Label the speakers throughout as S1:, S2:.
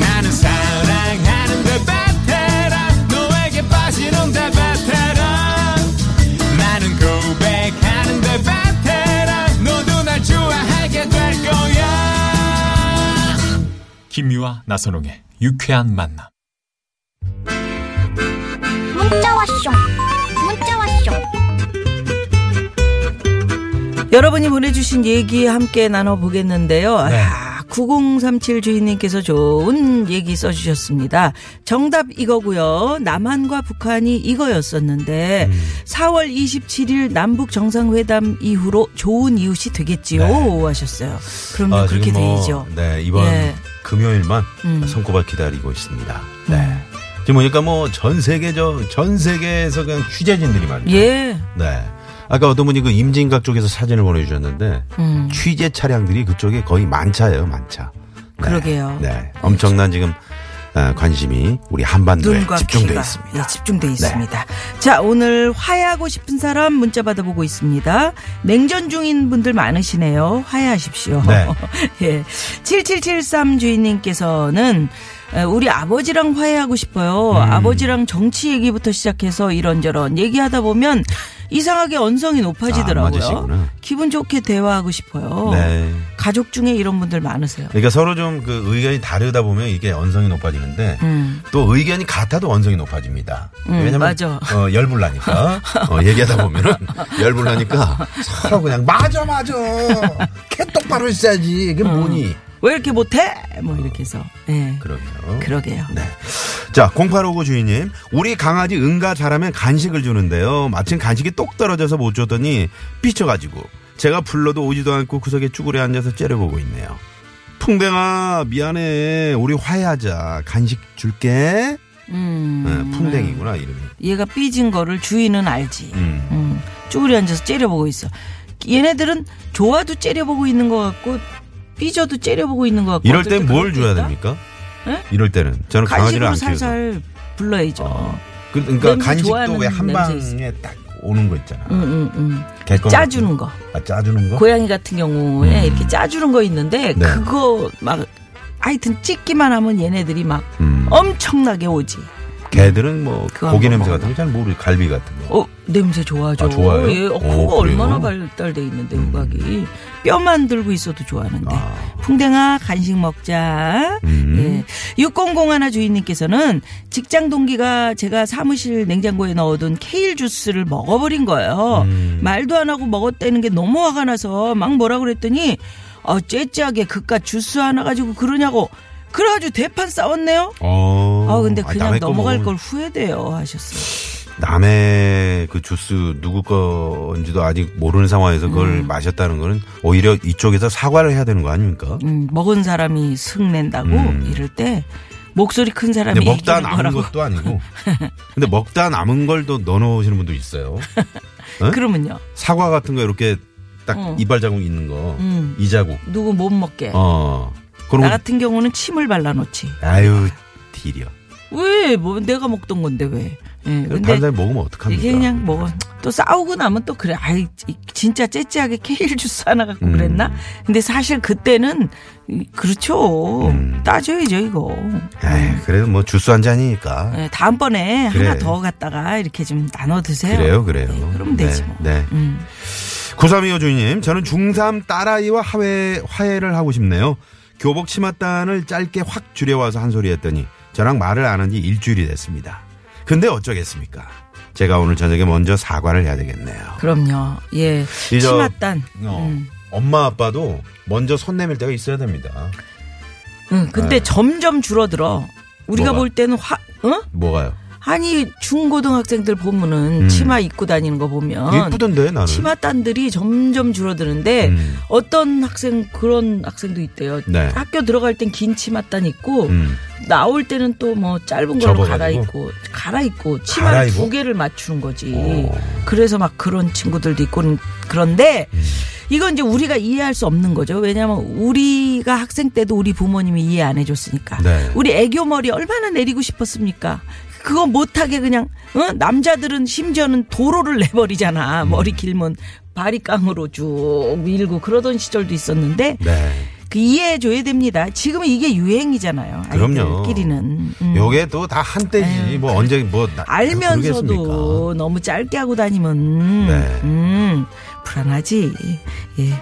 S1: 나는 사랑하는데 베테랑 너에게 빠지는데 베테랑 나는 고백하는데 베테랑 너도 날 좋아하게 될 거야
S2: 김미화 나선홍의 유쾌한 만남.
S3: 문자 왔쇼 문자 왔쇼
S4: 여러분이 보내주신 얘기 함께 나눠보겠는데요.
S5: 네.
S4: 아, 9037 주인님께서 좋은 얘기 써주셨습니다. 정답 이거고요. 남한과 북한이 이거였었는데
S5: 음.
S4: 4월 27일 남북 정상회담 이후로 좋은 이웃이 되겠지요
S5: 네.
S4: 하셨어요. 음, 그럼요 그렇게
S5: 뭐,
S4: 되죠.
S5: 네, 이번
S4: 예.
S5: 금요일만
S4: 음.
S5: 손꼽아 기다리고 있습니다. 네. 지금 보니까 뭐 전 세계 저전 세계에서 그냥 취재진들이 말이죠.
S4: 예.
S5: 네. 아까 어떤 분이 그 임진각 쪽에서 사진을 보내주셨는데
S4: 음.
S5: 취재 차량들이 그쪽에 거의 만차예요, 만차. 네.
S4: 그러게요.
S5: 네, 엄청난 지금 어, 관심이 우리 한반도에
S4: 눈과
S5: 네, 집중돼
S4: 귀가
S5: 있습니다. 네.
S4: 예, 집중돼 있습니다. 자, 오늘 화해하고 싶은 사람 문자 받아보고 있습니다. 냉전 중인 분들 많으시네요. 화해하십시오.
S5: 네.
S4: 예. 7773 주인님께서는 에, 우리 아버지랑 화해하고
S5: 음.
S4: 싶어요. 아버지랑 정치 얘기부터 시작해서 이런저런 얘기하다 보면 이상하게 언성이
S5: 아,
S4: 높아지더라고요.
S5: 맞으시구나.
S4: 기분 좋게 대화하고 싶어요.
S5: 네.
S4: 가족 중에 이런 분들 많으세요.
S5: 그러니까 서로 좀 그 의견이 다르다 보면 이게 언성이
S4: 음.
S5: 높아지는데 또 의견이 같아도 언성이 높아집니다. 왜냐면
S4: 맞아.
S5: 어, 열불 나니까 어, 얘기하다 보면은 열불 나니까 서로 그냥 맞아 맞아 캣 똑바로 있어야지
S4: 음.
S5: 이게 뭐니
S4: 왜 이렇게 못해? 뭐 이렇게 해서. 예.
S5: 그러게요.
S4: 그러게요.
S5: 네. 자, 0859 주인님. 우리 강아지 응가 잘하면 간식을 주는데요. 마침 간식이 똑 떨어져서 못 줬더니 삐쳐가지고 제가 불러도 오지도 않고 구석에 쭈그려 앉아서 째려보고 있네요. 풍뎅아, 미안해. 우리 화해하자. 간식 줄게.
S4: 음. 네.
S5: 네, 풍뎅이구나, 이름이.
S4: 얘가 삐진 거를 주인은 알지.
S5: 음.
S4: 음. 쭈그려 앉아서 째려보고 있어. 얘네들은 좋아도 째려보고 있는 것 같고 삐져도 째려보고 있는 것 같고.
S5: 이럴
S4: 어떨
S5: 땐 뭘
S4: 그럴
S5: 줘야
S4: 있다?
S5: 됩니까?
S4: 네?
S5: 이럴 때는. 저는
S4: 간식으로
S5: 강아지를 안 키워서.
S4: 살살 불러야죠.
S5: 어. 그- 그러니까
S4: 냄새
S5: 간식도
S4: 좋아하는
S5: 왜 한
S4: 냄새 있어.
S5: 방에 딱 오는 거 있잖아.
S4: 음, 음, 음.
S5: 개껌
S4: 짜주는
S5: 같은
S4: 거.
S5: 아, 짜주는 거?
S4: 고양이 같은 경우에 이렇게 짜주는 거 있는데
S5: 음. 네.
S4: 그거 막 하여튼 찢기만 하면 얘네들이 막
S5: 음.
S4: 엄청나게 오지.
S5: 개들은 뭐
S4: 그거
S5: 고기
S4: 한번
S5: 냄새 같은 거잘 모르 갈비 같은 거.
S4: 어 냄새 좋아하죠.
S5: 아, 좋아해요?
S4: 예, 어, 코가
S5: 오, 그래요? 음.
S4: 얼마나 발달돼 있는데 후각이 뼈만 들고 있어도 좋아하는데
S5: 아.
S4: 풍뎅아 간식 먹자.
S5: 음.
S4: 예. 6001 하나 주인님께서는 직장 동기가 제가 사무실 냉장고에 넣어둔 케일 주스를 먹어버린 거예요.
S5: 음.
S4: 말도 안 하고 먹었다는 게 너무 화가 나서 막 뭐라 그랬더니 어, 째째하게 그깟 주스 하나 가지고 그러냐고 그래가지고 대판 싸웠네요.
S5: 어.
S4: 아 근데
S5: 아니,
S4: 그냥
S5: 남의 거
S4: 넘어갈 걸
S5: 먹으면
S4: 후회돼요 하셨어요.
S5: 남의 그 주스 누구 건지도 아직 모르는 상황에서
S4: 음.
S5: 그걸 마셨다는 거는 오히려 이쪽에서 사과를 해야 되는 거 아닙니까?
S4: 음, 먹은 사람이 승낸다고 이럴 때 목소리 큰 사람이
S5: 음. 근데 먹다
S4: 이기는
S5: 남은
S4: 거라고.
S5: 것도 아니고. 근데 먹다 남은 걸 또 넣어 놓으시는 분도 있어요. 응?
S4: 그러면요
S5: 사과 같은 거 이렇게 딱 이발 자국 있는 거.
S4: 음.
S5: 이 자국.
S4: 누구 못 먹게
S5: 어.
S4: 나
S5: 그런 거
S4: 같은 경우는 침을 발라놓지
S5: 아유, 디려.
S4: 왜 뭐 내가 먹던 건데 왜 예, 근데
S5: 반사람 먹으면 어떡합니까?
S4: 이게 그냥 먹어 또 싸우고 나면 또 그래 아이 이- 진짜 째째하게 케일 주스 하나 갖고
S5: 음.
S4: 그랬나 근데 사실 그때는 이- 그렇죠
S5: 음.
S4: 따져야죠 이거
S5: 에이, 그래도 뭐 주스 한 잔이니까.
S4: 예, 다음번에
S5: 그래.
S4: 하나 더 갖다가 이렇게 좀 나눠 드세요
S5: 그래요, 그래요.
S4: 예, 그럼 되지
S5: 네,
S4: 뭐
S5: 네.
S4: 음.
S5: 9325 주인님, 저는 중3 딸아이와 화해, 화해를 하고 싶네요. 교복 치마단을 짧게 확 줄여와서 한 소리 했더니 저랑 말을 안 한 지 일주일이 됐습니다. 근데 어쩌겠습니까? 제가 오늘 저녁에 먼저 사과를 해야 되겠네요.
S4: 그럼요 예
S5: 이 저-
S4: 치맛단
S5: 어,
S4: 음.
S5: 엄마 아빠도 먼저 손 내밀 때가 있어야 됩니다.
S4: 응, 근데 점점 줄어들어. 우리가
S5: 네. 뭐가?
S4: 볼 때는 화, 어?
S5: 뭐가요?
S4: 아니, 중고등학생들 보면은
S5: 음.
S4: 치마 입고 다니는 거 보면.
S5: 예쁘던데 나는.
S4: 치마단들이 점점 줄어드는데
S5: 음.
S4: 어떤 학생, 그런 학생도 있대요.
S5: 네.
S4: 학교 들어갈 땐 긴 치마단 입고
S5: 음.
S4: 나올 때는 또 뭐 짧은 걸로
S5: 접어가지고?
S4: 갈아입고 갈아입고 치마를
S5: 갈아입어?
S4: 두 개를 맞추는 거지.
S5: 오. 음.
S4: 그래서 막 그런 친구들도 있고 그런데 이건 이제 우리가 이해할 수 없는 거죠. 왜냐하면 우리가 학생 때도 우리 부모님이 이해 안 해줬으니까.
S5: 네.
S4: 우리 애교 머리 얼마나 내리고 싶었습니까? 그거 못하게 그냥 어? 남자들은 심지어는 도로를 내버리잖아.
S5: 음.
S4: 머리 길면 바리깡으로 쭉 밀고 그러던 시절도 있었는데
S5: 네.
S4: 그 이해해줘야 됩니다. 지금은 이게 유행이잖아요.
S5: 그럼요.
S4: 아이들끼리는. 음. 네,
S5: 요게 또 다 한때지. 뭐 언제 뭐 나- 모르겠습니까?
S4: 알면서도 너무 짧게 하고 다니면
S5: 네.
S4: 음, 불안하지. 예.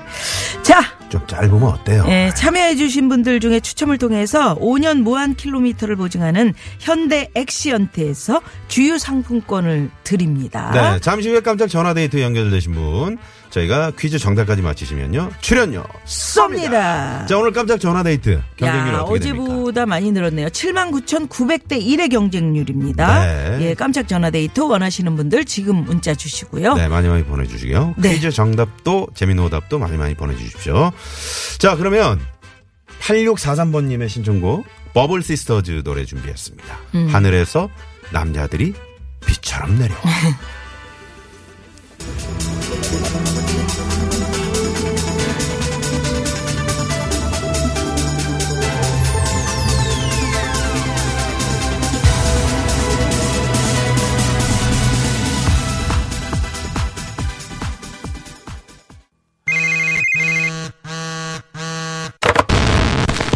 S4: 자,
S5: 좀 짧으면 어때요?
S4: 예, 참여해주신 분들 중에 추첨을 통해서 5년 무한 킬로미터를 보증하는 현대 액시언트에서 주유 상품권을 드립니다.
S5: 네, 잠시 후에 깜짝 전화 데이트 연결되신 분 저희가 퀴즈 정답까지 맞히시면요 출연료
S4: 쏩니다.
S5: 자 오늘 깜짝 전화 데이트 경쟁률
S4: 야,
S5: 어떻게 됩니까?
S4: 어제보다 많이 늘었네요. 79,900대 1의 경쟁률입니다.
S5: 네.
S4: 예, 깜짝 전화 데이트 원하시는 분들 지금 문자 주시고요.
S5: 네 많이 많이 보내주시고요
S4: 어. 네.
S5: 퀴즈 정답도 재미있는 오답도 많이 많이 보내주십시오 자 그러면 8643번님의 신청곡 버블 시스터즈 노래 준비했습니다
S4: 음.
S5: 하늘에서 남자들이 비처럼 내려와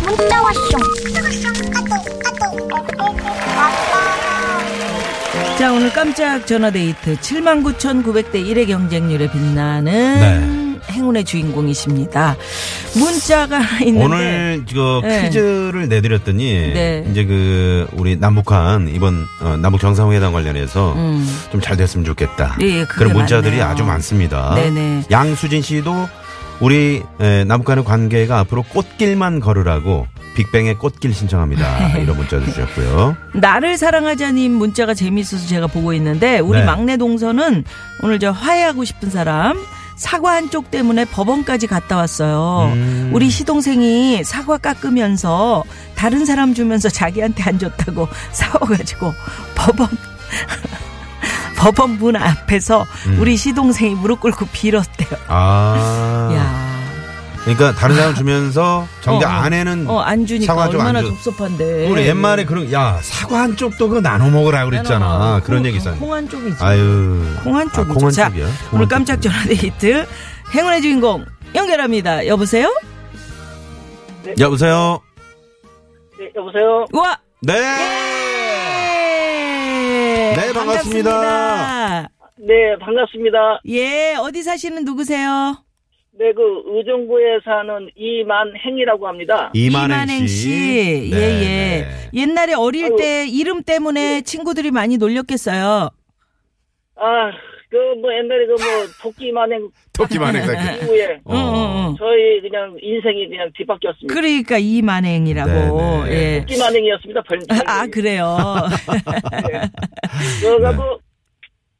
S3: 문자 왔쇼. 까똑 까똑.
S4: 자, 오늘 깜짝 전화 데이트 79,900대 1의 경쟁률에
S5: 네.
S4: 빛나는 행운의 주인공이십니다. 문자가 하나 있는데
S5: 오늘 그
S4: 네.
S5: 퀴즈를 내드렸더니
S4: 네.
S5: 이제 그 우리 남북한 이번 어, 남북 정상회담 관련해서 좀 잘 됐으면 좋겠다.
S4: 음. 예, 예, 그게
S5: 그런 문자들이
S4: 맞네요.
S5: 아주 많습니다.
S4: 네네.
S5: 양수진 씨도 우리 에, 남북한의 관계가 앞으로 꽃길만 걸으라고 빅뱅의 꽃길 신청합니다. 이런 문자도 주셨고요.
S4: 나를 사랑하자님 문자가 재미있어서 제가 보고 있는데 우리
S5: 네.
S4: 막내 동서는 오늘 저 화해하고 싶은 사람 사과 한 쪽 때문에 법원까지 갔다 왔어요.
S5: 음.
S4: 우리 시동생이 사과 깎으면서 다른 사람 주면서 자기한테 안 줬다고 싸워가지고 법원 법원 문 앞에서
S5: 음.
S4: 우리 시동생이 무릎 꿇고 빌었대요.
S5: 아,
S4: 야,
S5: 그러니까 다른 사람 주면서 정작
S4: 어, 어.
S5: 아내는
S4: 어 안 주니까
S5: 사과 좀안
S4: 얼마나
S5: 줘.
S4: 섭섭한데.
S5: 우리 옛말에 그런 야 사과 한 쪽도 그거 나눠 먹으라 그랬잖아. 그런 얘기 있었는데.
S4: 콩한 쪽이지.
S5: 아유.
S4: 콩한
S5: 아,
S4: 쪽이죠.
S5: 콩한
S4: 자,
S5: 쪽이야.
S4: 오늘
S5: 콩한
S4: 깜짝
S5: 쪽이야.
S4: 전화 데이트 행운의 주인공 연결합니다. 여보세요?
S5: 여보세요.
S6: 네, 여보세요.
S4: 와!
S5: 네.
S4: 예!
S5: 네, 반갑습니다.
S4: 반갑습니다.
S6: 네, 반갑습니다.
S4: 예, 어디 사시는 누구세요?
S6: 네, 그 의정부에 사는 이만행이라고 합니다.
S5: 이만행 씨. 네,
S4: 예, 예. 옛날에 어릴
S6: 아유.
S4: 때 이름 때문에 친구들이 많이 놀렸겠어요.
S6: 아, 그 뭐 옛날에 그 뭐 토끼 만행
S5: 토끼만행 사기.
S6: 이후에
S4: 응, 응,
S5: 어.
S4: 응.
S6: 저희 그냥 인생이 그냥 뒤바뀌었습니다.
S4: 어, 그러니까 이만행이라고.
S5: 네, 네.
S4: 예.
S6: 토끼 만행이었습니다. 별.
S4: 아, 그래요. 네.
S6: 그래가지고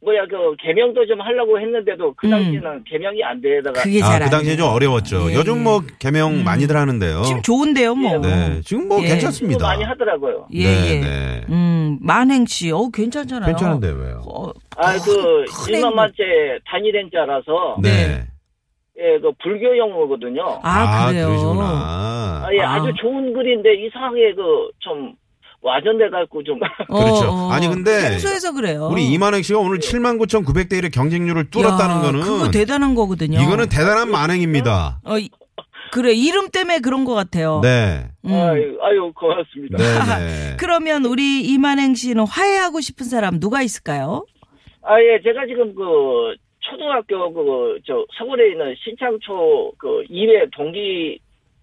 S6: 뭐야 그 개명도 좀 하려고 했는데도 그 당시는 개명이 안 되다가
S4: 음. 그게
S5: 아,
S4: 예, 잘안
S5: 그 당시에 좀 어려웠죠.
S4: 예,
S5: 요즘
S4: 예.
S5: 뭐 개명 많이들 하는데요.
S4: 지금 좋은데요, 뭐.
S5: 네. 지금 뭐
S4: 예.
S6: 그거
S5: 괜찮습니다.
S6: 많이 하더라고요.
S4: 예,
S5: 네,
S4: 예.
S5: 네.
S4: 음, 만행 씨. 어, 괜찮잖아요.
S5: 괜찮은데 왜요?
S4: 어,
S6: 아그
S4: 큰
S6: 일만만째 단일행자라서
S4: 네.
S5: 네.
S6: 예 그 불교 용어거든요.
S4: 아, 그래요.
S5: 그러시구나.
S6: 아, 예,
S4: 아.
S6: 아. 주 좋은 글인데 이상하게 그 좀 와전돼갖고 좀
S5: 그렇죠. 아니, 근데
S4: 평소에서 어, 그래요.
S5: 우리 이만행 씨가 오늘 79,900대 1의 경쟁률을 뚫었다는
S4: 어. 예. 야,
S5: 거는
S4: 그거 대단한 거거든요.
S5: 이거는 대단한 만행입니다.
S4: 어, 이- 그래 이름 때문에 그런 것 같아요.
S5: 네.
S4: 음.
S6: 아유, 예. 아유 고맙습니다.
S5: 네, 네.
S4: 어. 그러면 우리 이만행 씨는 화해하고 싶은 사람 누가 있을까요?
S6: 아 예 제가 지금 그 초등학교 그 저 서울에 있는 신창초 그 2회 동기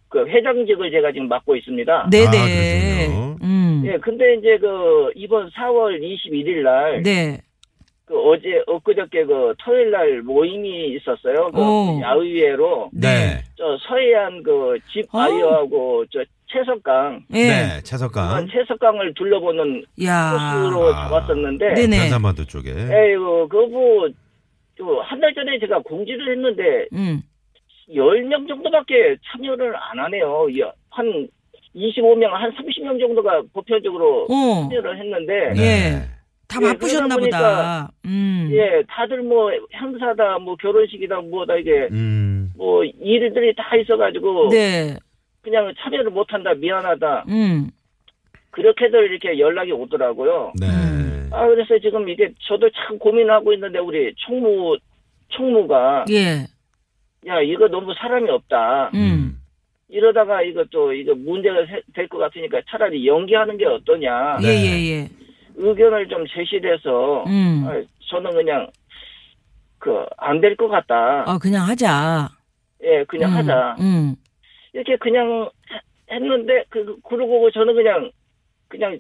S6: 그 회장직을 제가 지금 맡고 있습니다.
S4: 네네.
S5: 아, 그러시군요.
S4: 음.
S6: 예 근데 이제 그 이번 4월 21일 날
S4: 네.
S6: 그 어제 엊그저께 그 토요일 날 모임이 있었어요. 그
S4: 오.
S6: 야의회로
S5: 네.
S6: 저 서해안 그 집
S4: 어.
S6: 아이오하고 저 채석강
S4: 예.
S5: 네. 채석강.
S6: 채석강을 둘러보는
S4: 야.
S6: 코스로
S5: 아.
S6: 잡았었는데 예,
S4: 네네.
S5: 변산반도 쪽에.
S6: 에이고 그거 뭐, 한달 전에 제가 공지를 했는데
S4: 음.
S6: 10명 정도밖에 참여를 안 하네요. 야, 한 25명, 한 30명 정도가 보편적으로
S4: 어.
S6: 참여를 했는데
S4: 네. 예. 다
S6: 예,
S4: 바쁘셨나
S6: 그러다
S4: 보다.
S6: 보니까
S4: 음.
S6: 예, 다들 뭐 행사다, 뭐 결혼식이다, 뭐다 이게
S5: 음.
S6: 뭐 일들이 다 있어가지고
S4: 네.
S6: 그냥 참여를 못한다 미안하다
S4: 음.
S6: 그렇게들 이렇게 연락이 오더라고요.
S5: 네.
S4: 음.
S6: 아 그래서 지금 이게 저도 참 고민하고 있는데 우리 총무 총무가
S4: 예.
S6: 야 이거 너무 사람이 없다
S4: 음.
S6: 이러다가 이거 또 이거 문제가 될 것 같으니까 차라리 연기하는 게 어떠냐
S5: 음. 네.
S4: 예, 예, 예.
S6: 의견을 좀 제시해서
S4: 음.
S6: 아, 저는 그냥 그 안 될 것 같다
S4: 아, 그냥 하자.
S6: 예 그냥
S4: 음,
S6: 하자
S4: 음.
S6: 이렇게 그냥 했는데 그 그러고 저는 그냥 그냥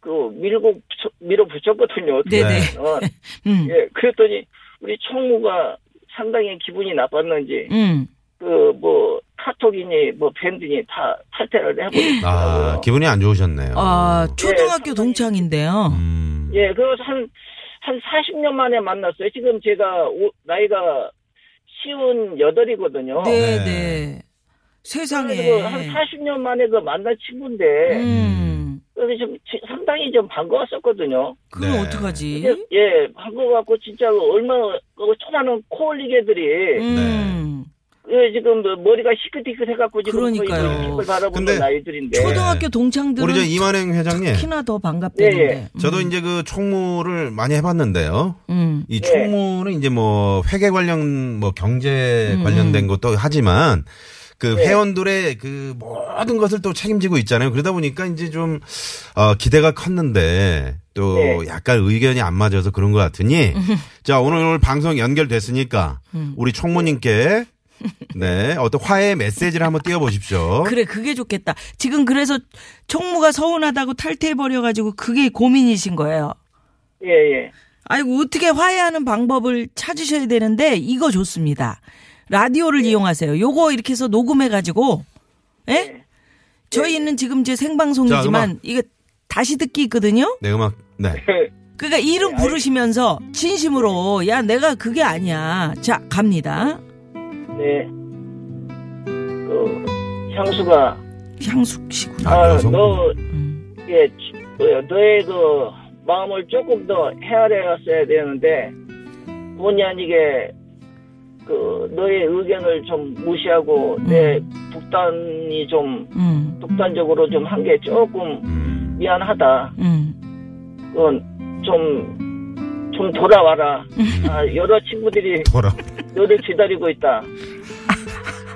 S6: 그 밀고 붙여- 밀어 붙였거든요. 어떻게
S4: 네네.
S6: 보면.
S4: 음.
S6: 예, 그랬더니 우리 총무가 상당히 기분이 나빴는지
S4: 음.
S6: 그 뭐 카톡이니 뭐 밴드니 다 탈퇴를 해버렸더라고요.
S5: 아, 기분이 안 좋으셨네요.
S4: 음. 아, 초등학교
S6: 예,
S4: 동창인데요.
S5: 음.
S6: 예, 그한한 한 40년 만에 만났어요. 지금 제가 오- 나이가 쉬운 여덟이거든요.
S4: 네,
S5: 네.
S4: 네. 세상에.
S6: 그래서 한 40년 만에 그 만난 친구인데
S4: 음.
S6: 그래서 좀 지- 상당히 좀 반가웠었거든요.
S4: 그럼
S5: 네.
S4: 어떡하지?
S6: 예, 예, 한것 같고 진짜 얼마나 그 초라는 코올리개들이
S5: 네.
S4: 음.
S6: 예, 지금 뭐 머리가 시크티크 해갖고 지금 거의
S4: 그러니까요.
S6: 뭐 이쪽을 바라보는
S5: 근데
S6: 나이들인데
S4: 초등학교
S5: 우리 저
S4: 동창들은
S5: 이만행 회장님.
S4: 그 특히나 더 반갑대는데.
S6: 네.
S4: 음.
S5: 저도 이제 그 총무를 많이 해봤는데요.
S4: 음.
S5: 이 총무는 이제 뭐 회계 관련 뭐 경제
S4: 음.
S5: 관련된 것도 하지만 그 회원들의 그 모든 것을 또 책임지고 있잖아요. 그러다 보니까 이제 좀 어, 기대가 컸는데 또
S6: 네.
S5: 약간 의견이 안 맞아서 그런 것 같으니 자 오늘 오늘 방송 연결됐으니까
S4: 음.
S5: 우리 총무님께 네 어떤 화해 메시지를 한번 띄워보십시오.
S4: 그래 그게 좋겠다. 지금 그래서 총무가 서운하다고 탈퇴해 버려 가지고 그게 고민이신 거예요.
S6: 예, 예.
S4: 아이고 어떻게 화해하는 방법을 찾으셔야 되는데 이거 좋습니다. 라디오를 이용하세요. 요거 이렇게 해서 녹음해 가지고 예? 저희는 지금 제
S5: 자,
S4: 생방송이지만
S5: 음악.
S4: 이거 다시 듣기 있거든요.
S5: 네 음악 네.
S4: 그러니까 이름 부르시면서 진심으로 야 내가 그게 아니야. 자 갑니다.
S6: 네. 그 향수가
S4: 향숙 씨구나.
S5: 아, 여성분.
S6: 너
S4: 음.
S6: 예, 뭐야, 너의 그 마음을 조금 더 헤아려야 되는데 본의 아니게 그 너의 의견을 좀 무시하고
S5: 음.
S6: 내 북단이 좀
S4: 음.
S6: 독단적으로 좀 한 게 조금
S5: 음.
S6: 미안하다.
S4: 음.
S6: 그건 좀좀 돌아와라.
S5: 음.
S6: 아, 여러 친구들이
S5: 돌아.
S6: 너를 기다리고 있다.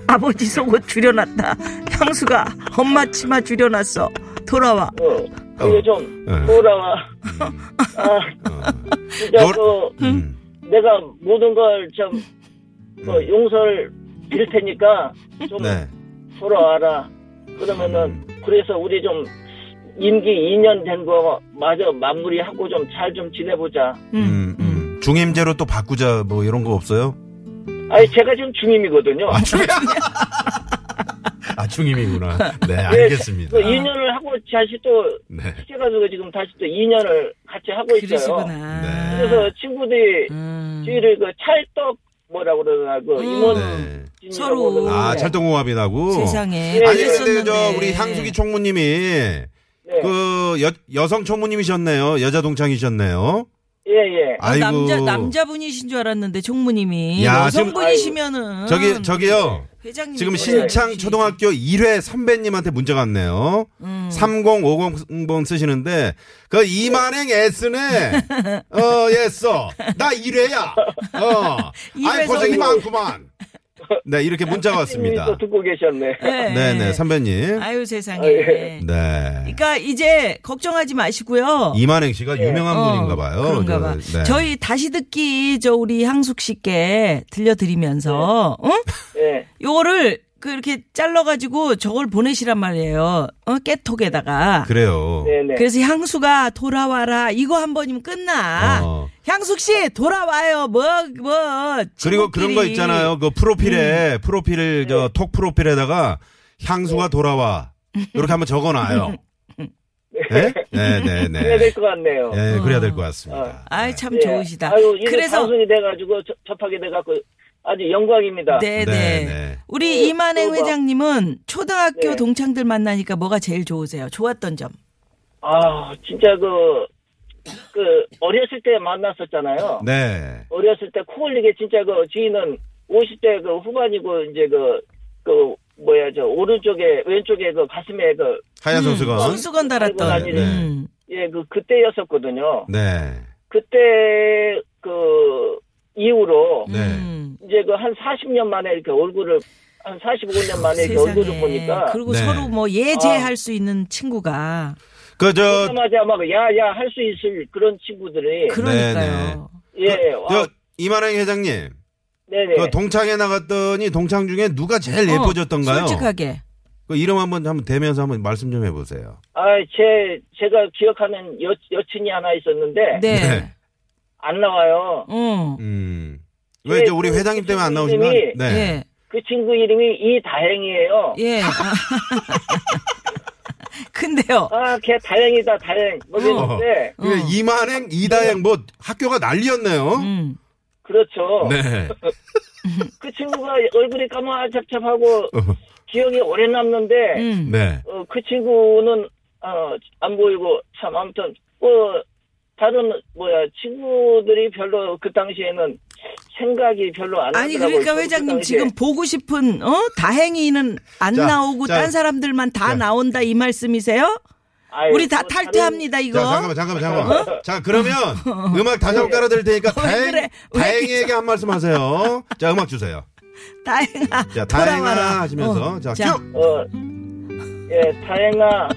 S4: 아버지 속옷 줄여놨다. 향수가 엄마 치마 줄여놨어. 돌아와.
S6: 어, 그게 좀
S5: 어.
S6: 돌아와. 아,
S5: 어.
S6: 진짜
S5: 돌-
S6: 그
S5: 음.
S6: 내가 모든 걸좀 그 용서를 빌 테니까 좀
S5: 네. 음.
S6: 돌아와라. 그러면은 그래서 우리 좀 임기 2년 된 거 마저 마무리하고 좀 잘 좀 지내보자.
S4: 음.
S5: 음, 음. 중임제로 또 바꾸자 뭐 이런 거 없어요?
S6: 아니 제가 지금 중임이거든요.
S5: 아 중임이구나. 네
S6: 네,
S5: 알겠습니다.
S6: 그 2년을 하고 다시 또
S5: 네.
S6: 시켜가지고 지금 다시 또 2년을 같이 하고 있어요.
S4: 그러시구나. 아.
S5: 네.
S6: 그래서 친구들이
S4: 음.
S6: 주위를 그 찰떡 뭐라 그러나 그 임원
S5: 네.
S6: 진이라고
S4: 서로.
S6: 그러는데
S5: 아 찰떡궁합이라고.
S4: 세상에.
S6: 예,
S5: 아니
S6: 예.
S5: 근데 저
S4: 알겠었는데.
S5: 우리 향수기 총무님이
S6: 네.
S5: 그 여, 여성 총무님이셨네요. 여자 동창이셨네요.
S6: 예예.
S4: 아,
S5: 아이고.
S4: 남자 남자분이신 줄 알았는데 총무님이 뭐
S5: 야, 지금-
S4: 여성분이시면은
S5: 저기 저기요.
S4: 회장님
S5: 지금
S4: 뭐라
S5: 신창
S4: 그러시지?
S5: 초등학교 1회 선배님한테 문자 갔네요.
S4: 음.
S5: 3050번 쓰시는데 그 이만행 S네. 어, 예써. 나 1회야. 어.
S4: 일회
S5: 아이 고생이
S4: 선배님. 아,
S5: 많구만. 네, 이렇게 문자가
S6: 선생님이
S5: 왔습니다.
S6: 또 듣고 계셨네.
S4: 네.
S5: 네, 네, 선배님.
S4: 아유 세상에.
S6: 아, 예.
S5: 네.
S4: 그러니까 이제 걱정하지 마시고요.
S5: 이만행 씨가 유명한
S4: 어,
S5: 분인가 봐요.
S4: 그런가
S5: 그,
S4: 봐.
S5: 네.
S4: 저희 다시 듣기 저 우리 향숙 씨께 들려드리면서 응?
S6: 예.
S4: 요거를 그 이렇게 잘라가지고 저걸 보내시란 말이에요. 어? 깨톡에다가.
S5: 그래요.
S6: 예, 네네.
S4: 그래서 향수가 돌아와라 이거 한 번이면 끝나.
S5: 어.
S4: 향숙 씨 돌아와요. 뭐뭐
S5: 그리고 그런 거 있잖아요. 그 프로필에
S6: 음.
S5: 프로필을
S6: 네.
S5: 저 톡 프로필에다가 향수가 돌아와. 이렇게 한번 적어 놔요. 네? 네, 네,
S6: 해야
S5: 네.
S6: 음. 될 것 같네요. 어.
S5: 예, 그래야 될 것 같습니다.
S4: 아이 참
S6: 예.
S4: 좋으시다.
S6: 아유, 이거
S4: 그래서
S6: 방송이 돼가지고 저- 접하게 돼갖고 아주 영광입니다.
S4: 네네.
S5: 네, 네.
S4: 우리
S6: 네,
S4: 이만행
S6: 또 뭐-
S4: 회장님은 초등학교
S6: 네.
S4: 동창들 만나니까 뭐가 제일 좋으세요? 좋았던 점.
S6: 아, 진짜 그, 그, 어렸을 때 만났었잖아요.
S5: 네.
S6: 어렸을 때 코올리게 진짜 그 지인은 50대 그 후반이고 이제 그, 그, 뭐야, 저, 오른쪽에, 왼쪽에 그 가슴에 그,
S5: 하얀 네, 손수건.
S4: 음, 손수건 달았던.
S6: 네,
S5: 네.
S4: 음.
S6: 예, 그, 그때였었거든요.
S5: 네.
S6: 그때 그, 이후로
S5: 네.
S4: 음.
S6: 이제 그 한 40년 만에 이렇게 얼굴을, 한 45년 만에 이렇게
S4: 세상에.
S6: 얼굴을 네, 그 보니까. 아.
S4: 그리고
S5: 네.
S4: 서로 뭐 예제할 수 있는 친구가
S5: 그, 저,
S6: 그러자마자 막, 야, 야, 할 수 있을 그런
S5: 네,
S6: 친구들이.
S4: 그러니까요.
S6: 예, 와,
S5: 저 이만행 회장님.
S6: 네네.
S5: 그 동창회 나갔더니 동창 중에 누가 제일
S4: 어,
S5: 네, 예뻐졌던가요?
S4: 솔직하게.
S5: 그 이름 한번 한번 대면서 한번 말씀 좀 해보세요.
S6: 아, 제, 제가 기억하는 여, 여친이 하나 있었는데.
S4: 네.
S5: 네.
S6: 안 나와요.
S4: 어.
S5: 음.
S6: 예,
S5: 왜 이제 우리
S6: 그
S5: 회장님 때문에 안
S6: 교수님이-
S5: 나오시나? 네.
S4: 예.
S6: 그 친구 이름이 이다행이에요.
S4: 예. 아. 근데요.
S6: 아, 걔 다행이다, 다행.
S4: 어.
S6: 뭐 이랬는데,
S5: 그 이만행, 이다행 뭐 학교가 난리였네요.
S4: 음.
S6: 그렇죠.
S5: 네.
S6: 그 친구가 얼굴이 까마잡잡하고 기억이 오래 남는데,
S4: 음.
S5: 네.
S6: 어, 그 친구는, 어, 안 보이고, 참, 아무튼, 뭐, 다른, 뭐야, 친구들이 별로 그 당시에는 생각이 별로 안
S4: 아니
S6: 나더라고요.
S4: 그러니까
S6: 그
S4: 회장님
S6: 당시에.
S4: 지금 보고 싶은 어 다행히는 안
S5: 자,
S4: 나오고
S5: 자,
S4: 딴 사람들만 다
S5: 자.
S4: 나온다 이 말씀이세요?
S6: 아이,
S4: 우리 다
S6: 뭐 다른-
S4: 탈퇴합니다 이거. 어?
S5: 자, 잠깐만, 잠깐만, 잠깐만. 자, 그러면 음악 다시 한번 깔아드릴 테니까
S4: 왜
S5: 다행,
S4: 그래? 왜
S5: 다행이에게 한 말씀 하세요. 자, 음악 주세요.
S4: 다행아.
S5: 자, 다행아
S4: 돌아와라.
S5: 하시면서.
S4: 어,
S5: 자,
S4: 자.
S5: 쭉!
S6: 어, 예, 다행아.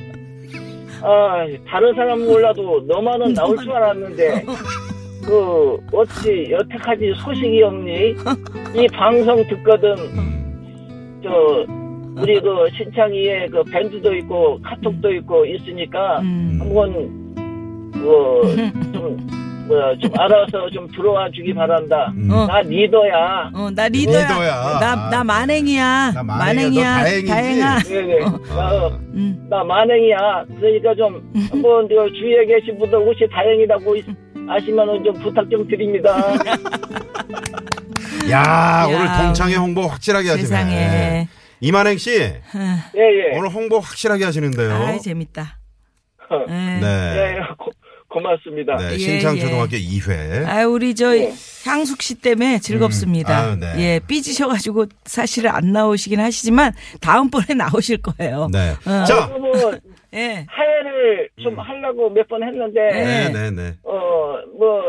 S6: 아, 다른 사람 몰라도 너만은 나올 줄 알았는데, 그, 어찌 여태까지 소식이 없니? 이 방송 듣거든, 저, 우리 그 신창이에 그 밴드도 있고 카톡도 있고 있으니까,
S4: 음.
S6: 한번, 뭐, 좀, 뭐야, 좀 알아서 좀 들어와 주기 바란다.
S4: 어.
S6: 나 리더야.
S4: 어, 나 리더야.
S5: 리더야.
S4: 나,
S5: 아.
S4: 나 만행이야.
S5: 나
S4: 만행이야.
S5: 만행이야. 너 다행이지?
S4: 다행아.
S6: 네네. 나
S4: 어. 음.
S6: 나 만행이야. 그러니까 좀 한번 저 주위에 계신 분들 혹시 다행이라고 있- 아시면은 좀 부탁 좀 드립니다.
S5: 야, 오늘 동창회 홍보 확실하게 하시네.
S4: 세상에. 네.
S5: 이만행 씨,
S6: 예, 예.
S5: 오늘 홍보 확실하게 하시는데요.
S4: 아 재밌다. 예.
S5: 어? 네.
S6: 예, 고, 고맙습니다.
S5: 네,
S4: 예,
S5: 신창초등학교
S4: 예.
S5: 2회.
S4: 아 우리 저 향숙 씨 때문에 즐겁습니다.
S5: 네. 아유, 네.
S4: 예 삐지셔가지고 사실 안 나오시긴 하시지만 다음번에 나오실 거예요.
S5: 네.
S4: 어.
S5: 자, 음.
S6: 그리고 뭐
S4: 예.
S6: 하회를 좀 하려고 몇 번 했는데
S5: 네, 네, 네.
S6: 어 뭐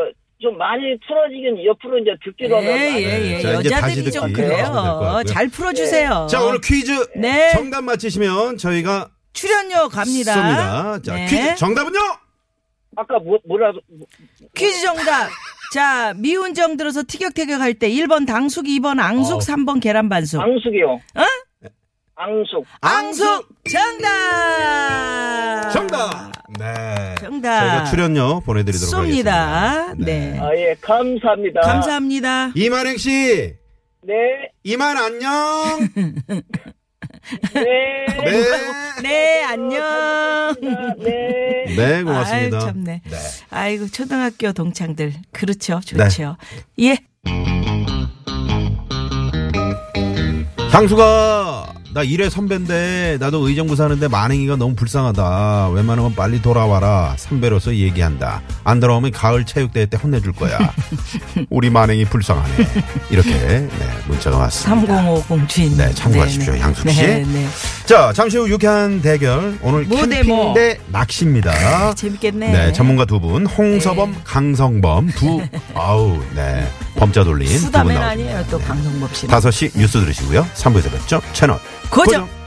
S6: 좀 많이 풀어지긴 옆으로 이제 듣기로는 많이-
S4: 예예예
S5: 네, 자, 이제 다시
S4: 여자들이
S5: 듣기
S4: 좀
S5: 하시면 될것
S4: 그래요.
S5: 같고요.
S4: 잘 풀어주세요.
S5: 자, 오늘 퀴즈
S4: 네.
S5: 정답 맞히시면 저희가
S4: 출연료 갑니다.
S5: 쏩니다. 자,
S4: 네.
S5: 퀴즈 정답은요?
S6: 아까 뭐 뭐라
S4: 퀴즈 정답. 자, 미운정 들어서 티격태격 할 때 1번 당숙, 2번
S5: 어.
S4: 앙숙, 3번 계란 반숙.
S6: 앙숙이요. 앙숙.
S4: 앙숙 정답.
S5: 정답. 네.
S4: 정답.
S5: 저희가 출연료 보내드리도록 하겠습니다.
S4: 쏩니다. 네.
S6: 아 예 감사합니다.
S4: 감사합니다.
S5: 이만행 씨,
S6: 네.
S5: 이만 안녕.
S6: 네.
S5: 네.
S4: 네, 안녕.
S6: 네.
S5: 네, 고맙습니다.
S4: 아유, 참네.
S5: 네.
S4: 아이고, 초등학교 동창들. 그렇죠. 좋죠. 예.
S5: 향수가 나 일회 선배인데 나도 의정부사 하는데 만행이가 너무 불쌍하다. 웬만하면 빨리 돌아와라. 선배로서 얘기한다. 안 돌아오면 가을 체육대회 때 혼내줄 거야. 우리 만행이 불쌍하네. 이렇게 네, 문자가 왔습니다.
S4: 3050 주인.
S5: 네, 참고하십시오,
S4: 네, 네.
S5: 양숙 씨.
S4: 네, 네.
S5: 자, 잠시 후 유쾌한 대결. 오늘
S4: 뭐
S5: 캠핑
S4: 대 뭐.
S5: 대 낚시입니다.
S4: 재밌겠네. 네.
S5: 네, 전문가 두 분, 홍서범, 강성범 두 아우, 네. 범자 돌린 두 분 네.
S4: 수다맨
S5: 나오십니다.
S4: 아니에요, 또 방송법 씨.
S5: 5시 뉴스 들으시고요. 3부에서 뵙죠. 채널
S4: 고정.
S5: 고정.